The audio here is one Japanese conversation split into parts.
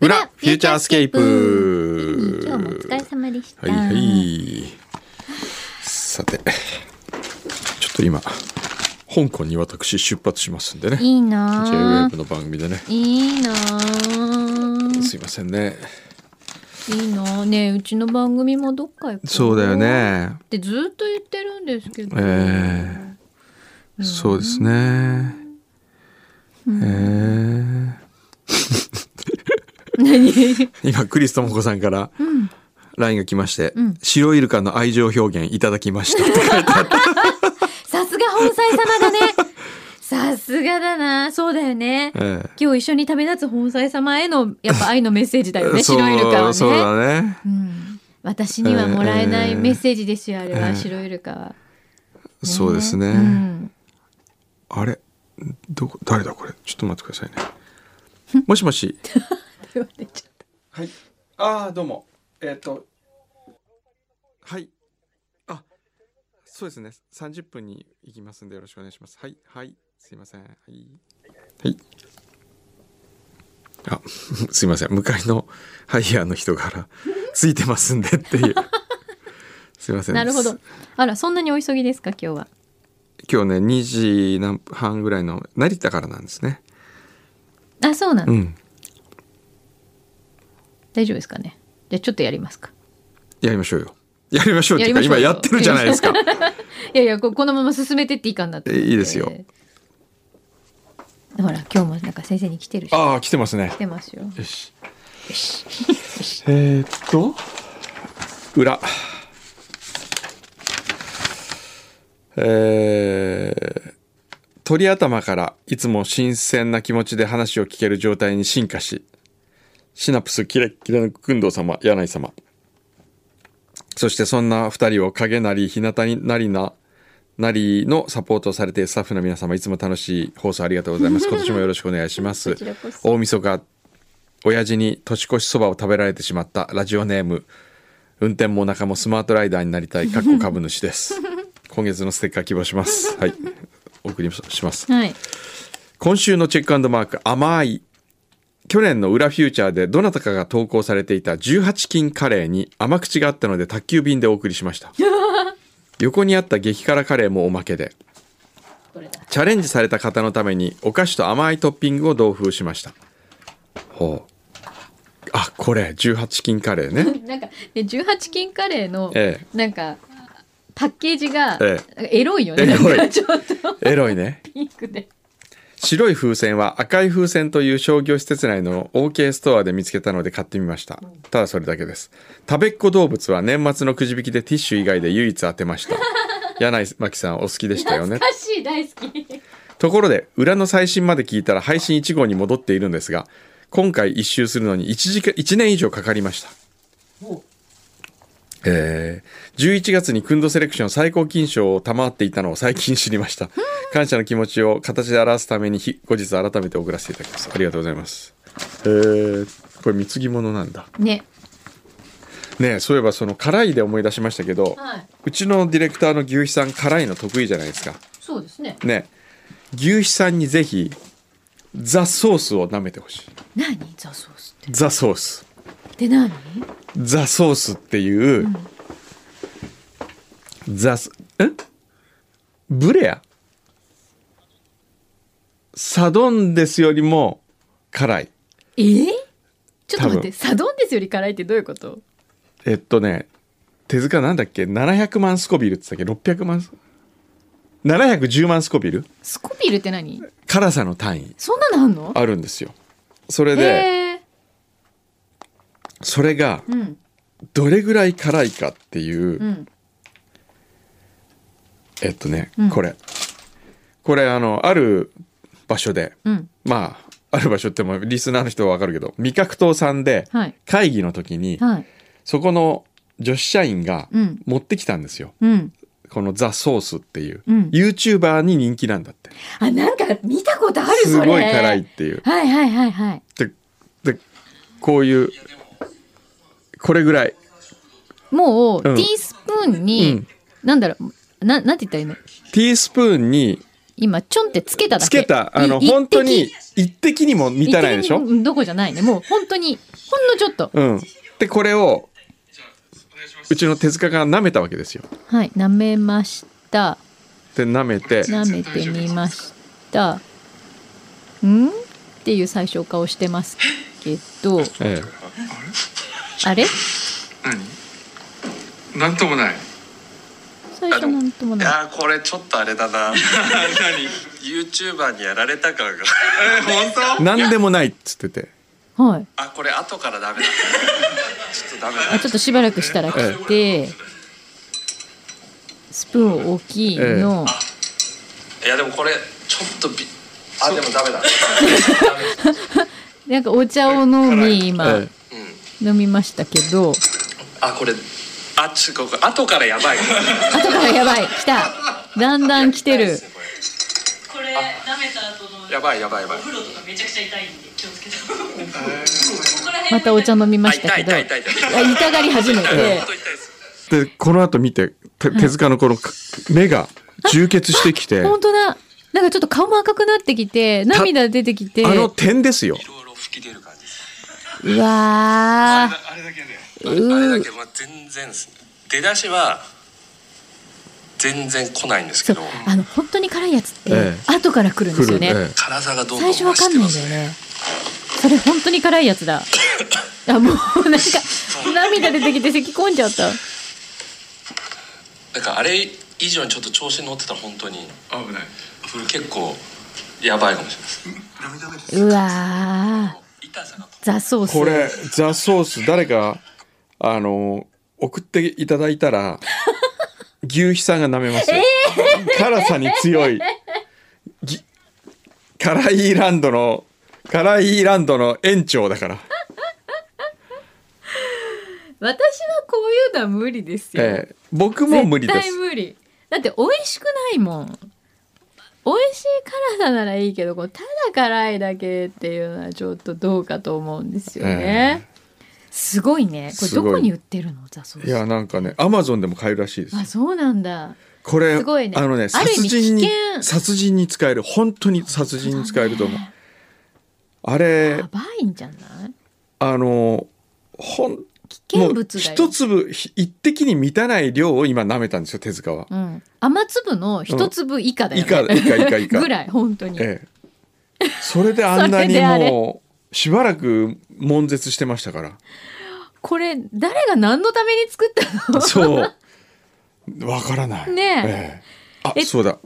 フューチャースケープ今日もお疲れ様でした。はいはいさてちょっと今香港に私出発しますんでねいいな JWAVE ぁ。の番組でねいいなぁ。すいませんねいいなぁ。ねえうちの番組もどっか行こう。そうだよ。ねってずっと言ってるんですけど。ええそうですねえ何え 今クリス智子さんからん LINE が来ましてうん「白イルカの愛情表現いただきました」 って書いてあってさすが本妻様だね。 さすがだなそうだよね。ええ今日一緒に旅立つ本妻様へのやっぱ愛のメッセージだよね白イルカは ねそうそうだねうん、私にはもらえないメッセージですよ、あれは、えー白イルカは、そうですね、うんあれどこ誰だこれちょっと待ってくださいねもしもし言われちゃっはいああどうもえっ、とはいあそうですね30分に行きますんでよろしくお願いしますはいはいすいませんはいはいあ すいません向かいのハイヤーの人からついてますんでって いうすいませたんなるほどあらそんなにお急ぎですか今日は今日ね2時何分半ぐらいの成田からなんですねあそうなんだ、うん大丈夫ですかねじゃあちょっとやりますかやりましょうよ。やりましょうっていうかやり今ましょうやよってるじゃないですか。いやいやここのまま進めてっていいかなと思ってえいいですよほら今日もなんか先生に来てる しああ、来てますね来。てますよよし。えーっと、裏。えー鳥頭からいつも新鮮な気持ちで話を聞ける状態に進化し、シナプスキレッキレの工藤様、柳井様。そしてそんな二人を影なり日向になりな、なりのサポートをされているスタッフの皆様、いつも楽しい放送ありがとうございます。 今年もよろしくお願いしますこちらこ。そ大晦日、親父に年越しそばを食べられてしまったラジオネーム、運転もお腹もスマートライダーになりたい、かっこ株主です。今月のステッカー希望します。はい。お送りします。はい今週のチェックマーク甘い去年の裏フューチャーでどなたかが投稿されていた18金カレーに甘口があったので宅急便でお送りしました横にあった激辛カレーもおまけでこれだチャレンジされた方のためにお菓子と甘いトッピングを同封しましたほうあこれ18金カレーねなんかね18金カレーの、えなんかパッケージが、えエロいよねエロいなんかちょっとエロいねピンクで白い風船は赤い風船という商業施設内の OK ストアで見つけたので買ってみましたただそれだけです食べっ子動物は年末のくじ引きでティッシュ以外で唯一当てました柳井真紀さんお好きでしたよね懐かしい大好きところで裏の最新まで聞いたら配信1号に戻っているんですが今回一周するのに 1, 時間1年以上かかりましたえー、11月にクンドセレクション最高金賞を賜っていたのを最近知りました感謝の気持ちを形で表すためにひ後日改めて送らせていただきますありがとうございますえー、これ貢ぎ物なんだねねえそういえばその辛いで思い出しましたけど、はいうちのディレクターの牛肥さん辛いの得意じゃないですかそうですねね牛肥さんにぜひザ・ソースを舐めてほしい何ザソースってザ・ソースで何ザ・ソースっていう、ザスんブレアサドンデスよりも辛いえー、ちょっと待っ多て分サドンデスより辛いってどういうことえっとね手塚なんだっけ700万スコビルって言ったっけ600万ス710万スコビルスコビルって何辛さの単位そんなのあんのあるんですよそれでへえそれがうんどれぐらい辛いかっていう、うんえっとね、うんこれこれあのある場所でうんまあある場所ってもリスナーの人はわかるけど味覚糖さんではい会議の時にはいそこの女子社員がうん持ってきたんですようんこのザ・ソースっていう、うん YouTuber に人気なんだってあなんか見たことあるすそれごい辛いっていうはいはいはいはいででこういうこれぐらいもう、うんティースプーンうにん、なんだろうななんて言ったらいいのティースプーンに今ちょんってつけただけつけた、あの、い本当に一一滴にも滴満たないでし一ょ滴にどこじゃないねもう本当にほんのちょっとうん。で、これを、うちの手塚が舐めたわけですよ。はい舐めましたで、舐めて、舐めてみましたんっていう最小化をしてますけどええ、あれ何なんともない最初なんともいないやーこれちょっとあれだな YouTuber にやられた感が何本当何でもないっつってて、はいあこれ後からダメだちょっとダメだあちょっとしばらくしたら来て、スプーンを大きいの、いやでもこれちょっとびあでもダメだダメなんかお茶を飲み今、ええ、飲みましたけどあこれあちここ後からやばい後からやばい来ただんだん来てるこれ舐めた後のやばいやばいやばいお風呂とかめちゃくちゃ痛いんで気をつけてここら辺またお茶飲みまあした痛いけど痛いい痛い痛いや痛がり始めて本当痛いですでこの後見てて手塚のこのか目が充血してきて 本当だなんかちょっと顔も赤くなってきて涙出てきてあの点ですよいろいろ吹き出る感じですうわあれだけであうれだけまあ全然ですね出だしは全然来ないんですーそけうどあの本当に辛いやつって、え後から来るんですよね、来るええ辛さがどんど最ん初わ増かんないしてまんだすよねそれ本当に辛いや つだあもうなんか涙出てきて咳込んじゃっただからあれ以上にちょっと調子に乗ってたら本当に危ない結構やばいかもしれないですうわー痛さがザソースこれザ・ソース誰かあの送っていただいた ら牛皮さんが舐めますよ、辛さに強いぎカライーランドのカライーランドの園長だから、私はこういうのは無理ですよ、ええ、僕も無理で絶対す無理だって美味しくないもん美味しい辛さならいいけどこうただ辛いだけっていうのはちょっとどうかと思うんですよね、すごいねこれどこに売ってるのザソースいやなんかねアマゾンでも買えるらしいですあそうなんだこれすごいねあのねある意殺味人に危険殺人に使える本当に殺人に使えると思う、あれやばいんじゃないあのほん危険物だもうよ一粒ひ一滴に満たない量を今舐めたんですよ手塚は、うん、雨粒の一粒以下だよね、うん以下以下以下以下ぐらい本当に、ええそれであんな それにであれもうしばらく悶絶してましたから これ誰が何のために作ったのそうわからないええねあえそうだ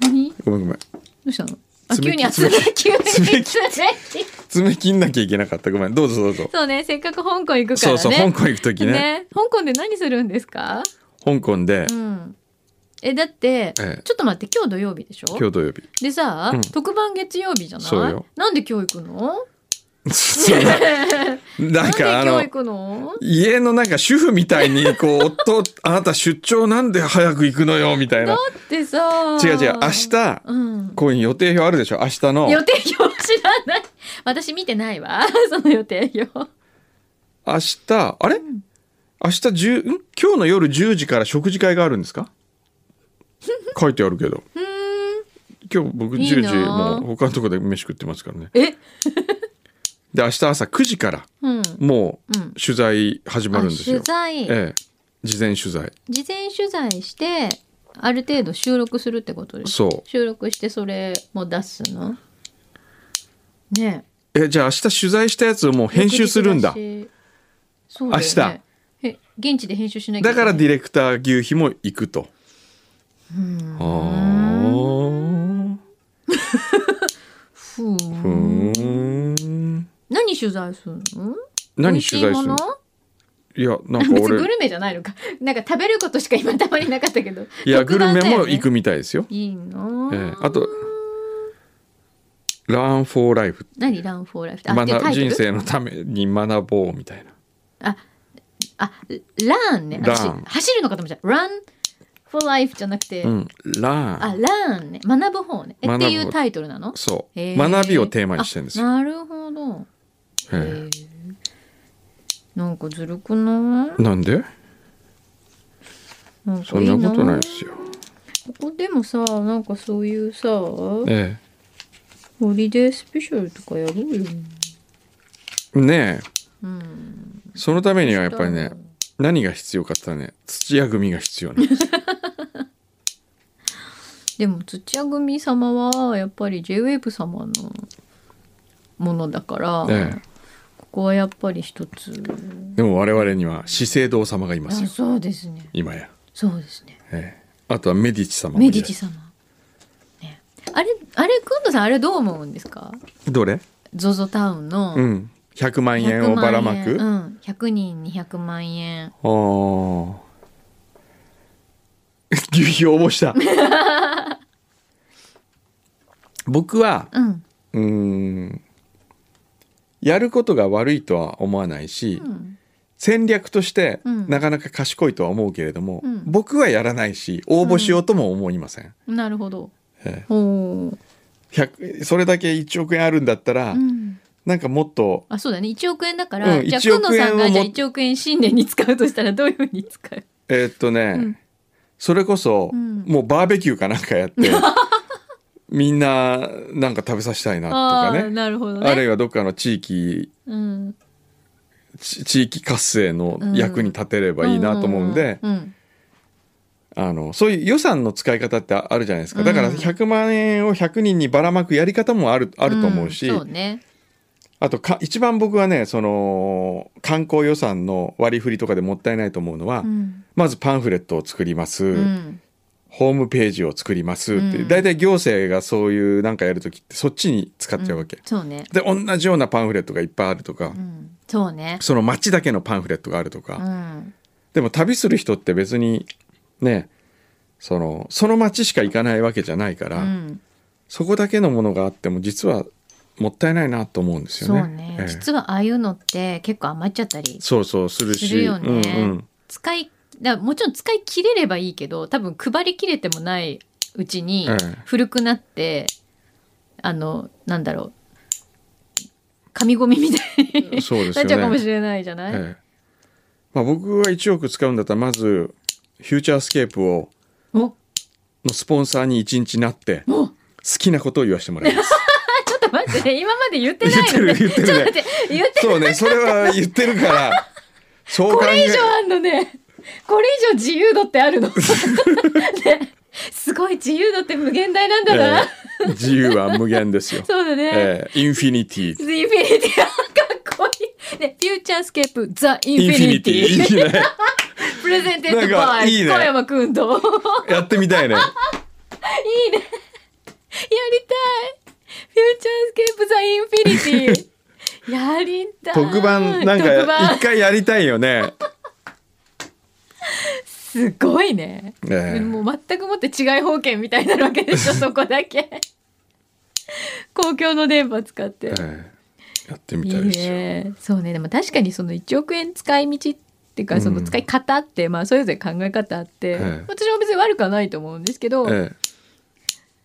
何どごめんごめんうしたのあ爪急切にあ爪爪切急爪に爪切爪切んなきゃいけなかったごめんどうぞどうぞそうねせっかく香港行くかそらうねそう香港行く時ねね香港で何するんですか香港で、うんえだって、ええちょっと待って今日土曜日でしょ今日土曜日 でさ、うん特番月曜日じゃないそうよなんで今日行くのそう なんかなあんで今の日行くの家のなんか主婦みたいにこう夫あなた出張なんで早く行くのよみたいなでさ違う違う明日うんこういう予定表あるでしょ明日の予定表知らない 私見てないわ その予定表明日あれ明日10ん今日の夜10時から食事会があるんです か書いてあるけど今日僕いい10な時もう他のとこで飯食ってますからねえで明日朝9時からうんもううん取材始まるんですよ取、材、ええ事前取材事前取材してある程度収録するってことですそう収録してそれも出すのねええじゃあ明日取材したやつをもう編集するんだ翌日だしそうだよ、ね、明日え現地で編集しなきゃだいけかないらディレクター牛皮も行くとあーふーんふーん何取材するの何取材する美味しいもののいやなん 別かに俺グルメじゃないのかなんか食べることしか今たまになかったけどいや、グル特番メだよもね行くみたいですよ。いいの、ええあと、ランフォーライフ。何ランフォーライフってあっていうタ学イトル人生のために学ぼうみたいな。あランねラン私走るのかと思っちゃうランフォーライフじゃなくて、うん。ラン。あランね学ぶ方ねえっ学ぶて方いうタイトルなのそへう。ー学びをテーマにしてるんですよ。あなるほどえへーなんかずるくなえなんでいなんかそんなことないいですよ。ここでもさなんかそういうさホえリデースペシャルとかやろうよえねえうんそのためにはやっぱりね何が必要かって言ったらね土屋組が必要 なんですでも土屋組様はやっぱり JWAVE 様のものだから、ええここはやっぱり一つでも我々には資生堂様がいまあすよそうですね今や、そうですねええあとはメディチ様もいるメディチ様、ね、あれあれくんどさんあれどう思うんですかどれ ZOZO タウンのうん100万円をばらまく、 100万円うん、100人に100万円ああ。牛皮を応募した。 僕は、うんうーん、やることが悪いとは思わないし、うん戦略としてうんなかなか賢いとは思うけれども、うん僕はやらないし、応募しようとも思いません。なるほどええほう、 100それだけ1億円あるんだったら、うん、なんかもっと、あそうだね1億円だから、うんじゃあ1く億んどさんが円をじゃもあ1億円新年に使うとしたらどういうふうに使 うえーっとね、うんそれこそ、うんもうバーベキューかなんかやって みんななんか食べさせたいなとあかあねーなるほどねあるいはどっかの地域うんち地域活性の役に立てればいいなと思うんで、うんうんあのそういう予算の使い方ってあるじゃないですかだからうん100万円を100人にばらまくやり方もあるあると思うし、んそうねあとか一番僕はねその観光予算の割り振りとかでもったいないと思うのは、うんまずパンフレットを作ります。うんホームページを作りますって、うん大体行政がそういうなんかやるときってそっちに使っちゃうわけ、そうねで同じようなパンフレットがいっぱいあるとか、うんそうねその町だけのパンフレットがあるとか、うんでも旅する人って別にねそのその町しか行かないわけじゃないから、うんそこだけのものがあっても実はもったいないなと思うんですよね。そうねええ実はああいうのって結構余っちゃったりそうそうするしするよねうんうん、使いだもちろん使い切れればいいけど多分配りきれてもないうちにええ古くなってあのなんだろう紙ゴミみたいにそうですなよっちゃうかもねし。れないじゃない、ええまあ、僕が1億使うんだったらまずフューチャースケープをおのスポンサーに一日なって好おきなことを言わせてもらい ますちょっと待ってね今まで言って言ないってのるね言ってちょっとる待っねて言ってそうねそれは言ってるからそうこ考えれ以上あんのね。これ以上自由度ってあ るの。ね、すごい自由度って無限大なんだな。、ええ自由は無限ですよそうだね。ええインフィニティインフィニティ、かっこいい。ね、フューチャースケープ、ザ・インフィニティ。いいねプレゼンテッドなんかバイ、いいね小山くんと。やりやってみたいねたい。フューチャースケープ、ザ・インフィニティ。やりたい。特番なん特か番一回やりたいよね、すごいね。ええもう全くもって違い保険みたいになるわけでしょそこだけ公共の電波使って、ええやってみいたいいですよねそうねでも確かにその1億円使い道っていうかその使い方って、まあそれぞれ考え方あって、ええ私も別に悪くはないと思うんですけど、え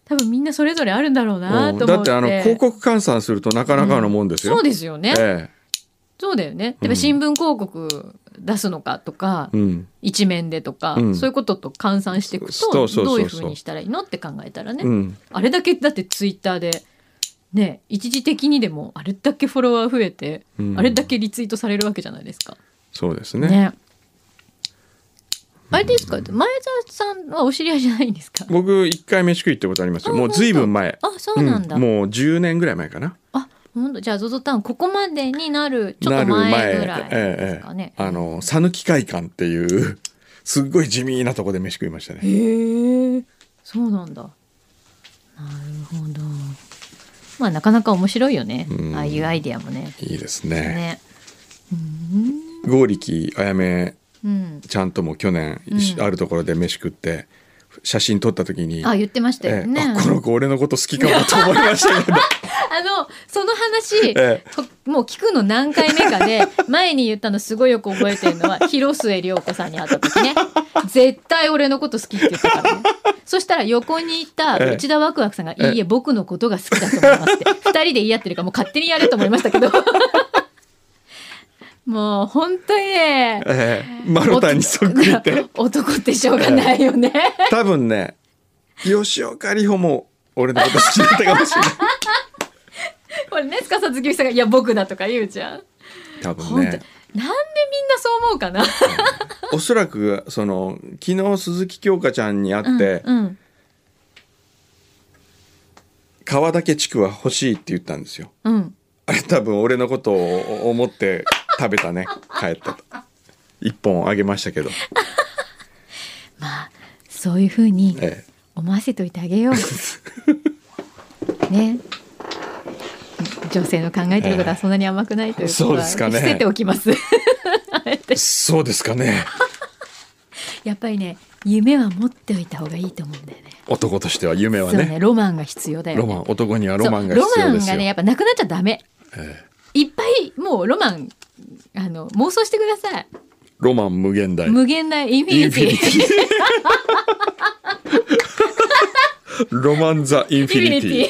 多分みんなそれぞれあるんだろうえなうんとだ思っってて、あの広告換算するとなかなかのもんですよ、そうですよね、えそうだよねうんでも新聞広告出すのかとか、えうん一面でとか、うんそういうことと換算していくそうとそうそうそうどういうふうにしたらいいのって考えたらね、うんあれだけだってツイッターでね一時的にでもあれだけフォロワー増えて、うんあれだけリツイートされるわけじゃないですか。そうですねねあれですか前澤さんはお知り合いじゃないんですか僕一回飯食い行ったことありますよあもうずいぶん前あそうなんだ、うんもう10年ぐらい前かなあ本当じゃあ ZOZO タウンここまでになるちょっと前ぐらいですかね。あの讃岐会館っていうすっごい地味なとこで飯食いましたねへえそうなんだ。なるほど。まあなかなか面白いよねうんああいうアイディアもね。いいですねね。うん剛力あやめうん。ちゃんとも去年、うん一緒あるところで飯食って写真撮った時にあ言ってましたよええね。あこの子俺のこと好きかもと思いましたけどあの、その話、えともう聞くの何回目 かで、前に言ったのすごいよく覚えてるのは、広末涼子さんに会った時 ね。絶対俺のこと好きって言ったからね。そしたら横にいたええ内田ワクワクさんが、いいえ、僕のことが好きだと思いますって。二人で言い合ってるから、もう勝手にやれと思いましたけど。 もう本当にね、 ええマロタンにそっくりって男ってしょうがないよね。 多分ね吉岡里帆も俺のこと好きだったかもし れないこれね司さずきみさんが「いや僕だ」とか言うじゃん多本分当、なんねでみんなそう思うかなおそらくその昨日鈴木京香ちゃんに会って、うんうん川岳地区は欲しいって言ったんですようんあれ多分俺のことを思って食べた ね帰ったと一本あげましたけど、まあそういうふうにえ思わせといてあ げようね女性の考えてることはそんなに甘くないということそうは、ですかね伏せておきます あえてえ、そうですかねやっぱりね夢は持っておいた方がいいと思うんだよね男としては夢はそうねねロマンが必要だよねロマン男にはロマンが必そう要ロマでンすがよ、ねやっぱなくなっちゃダメええいっぱいもうロマンあの妄想してください、ロマン無限大無限大インフィニティインフィニロマン・ザ・インフィニティ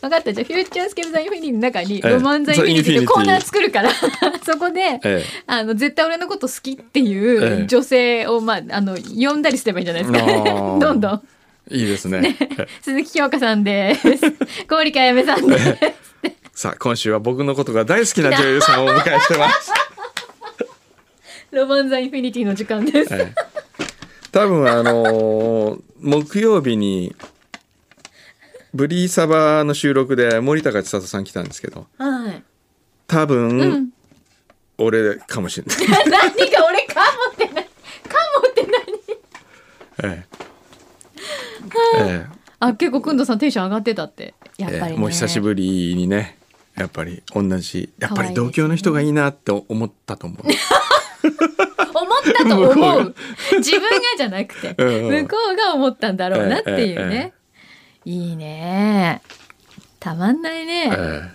分かったじゃあフューチャースケープ・ザ・インフィニティの中にええロマン・ザ・インフィニティっていうコーナー作るから そこで、えあの絶対俺のこと好きってえいえう女性を、まあ、あの呼んだりすればいいんじゃないですかあー どんどんえいいですね鈴木京香さん です氷川やめさんですさあ今週は僕のことが大好きな女優さんをお迎えして ます、ロマン・ザ・インフィニティの時間です、ええ多分あのー木曜日にブリーサバの収録で森高千里さん来たんですけどはい 多分、うん俺かもしれ ない、何が俺かもってないかもってないええええあ結構くんどさんテンション上がってたってやっぱり、ねえーもう久しぶりにねやっぱり同じやっぱり同郷の人がいいなって思ったと思う 思った と向こ思うう自分がじゃなく て、うん向こうが思ったんだろうなっていうええね、いいねたまんないね、え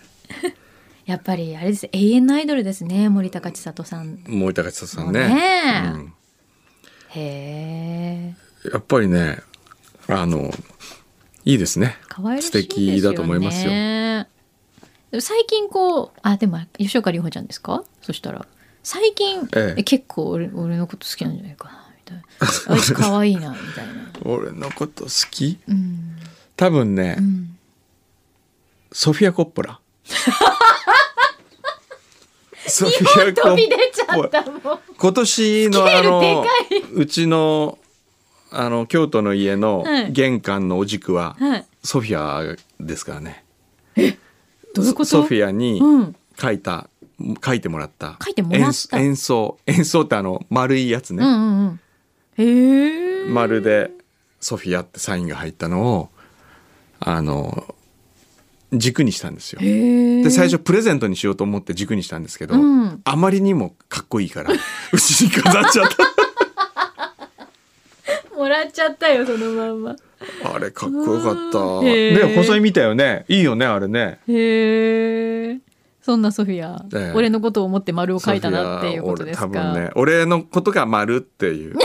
やっぱりあれです永遠のアイドルですね森高千里さんー森高千里さんねそうねへえうんやっぱりねあのいいですね可愛らしい素ですよね敵だと思いますよでも最近こうあでも吉岡里帆ちゃんですかそしたら最近、ええ結構俺俺のこと好きなんじゃないかなみたい なあいつ可愛いなみたいな俺のこと好きうん多分ね、うんソフィア・コッポ ラソフィア・コ飛びッ出ちゃったもう。今年のスケあールのでうちのあの京都の家のはい玄関のお軸は、はい。ソフィアですからねどういうこと？ソフィアにうん。書いた、書いてもらった書いてもらった演演奏演奏ってあの丸いやつうんうね、んうん。へえ。丸でソフィアってサインが入ったのをあの軸にしたんですよへえ。で最初プレゼントにしようと思って軸にしたんですけど、うんあまりにもかっこいいから うちに飾っちゃっもらっちゃったよそのまんま。たあれかっこよかったへーね細い見たよねいいよねあれねへえ。そんなソフィア、ええ俺のことを思って丸を書いたなっていうことですか。ソフィア俺多分ね俺のことが丸っていう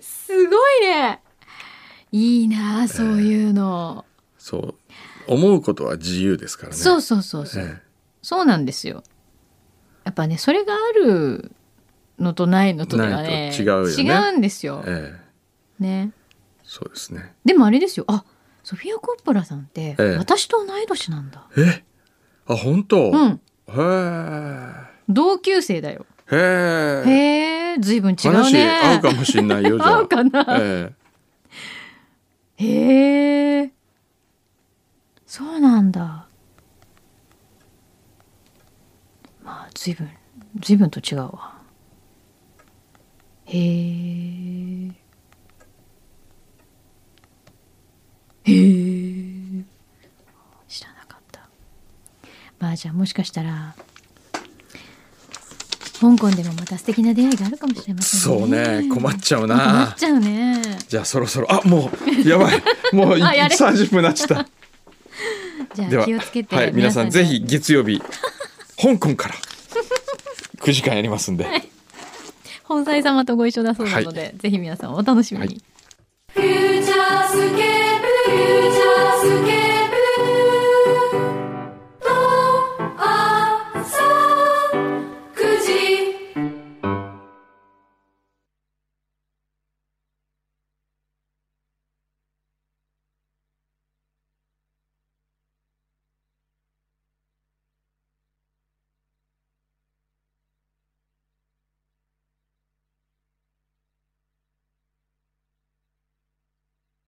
すごいね。いいなあそういうの。そう思うことは自由ですからねそうそうそうそう。えそうなんですよ。やっぱねそれがあるのとないのとではねないと違うよね違うんですよえ。ええね。そうですねでもあれですよ。あ、ソフィア・コッポラさんって、ええ私と同い年なんだ。えあ本当、うへん。同級生だよ。えへえへえ、ずいぶん違う話ね。合うかもしれないよじゃあ合うかなえへえ。そうなんだ。まあ、ずいぶん、ずいぶんと違うわ。へえ。へえ。知らなかった。まあ、じゃあもしかしたら、香港でもまた素敵な出会いがあるかもしれまえせんね。そうね困っちゃう困っなちゃうね。じゃあそろそろあもうやばいもういあやれ30分なっちゃったじゃであは気をつけて、はい、皆さんでぜひ月曜 日香港から9時間やりますんで、本妻様とご一緒だそうなので、ぜひ皆さんお楽しみに、はいフューチャースケープフューチャースケ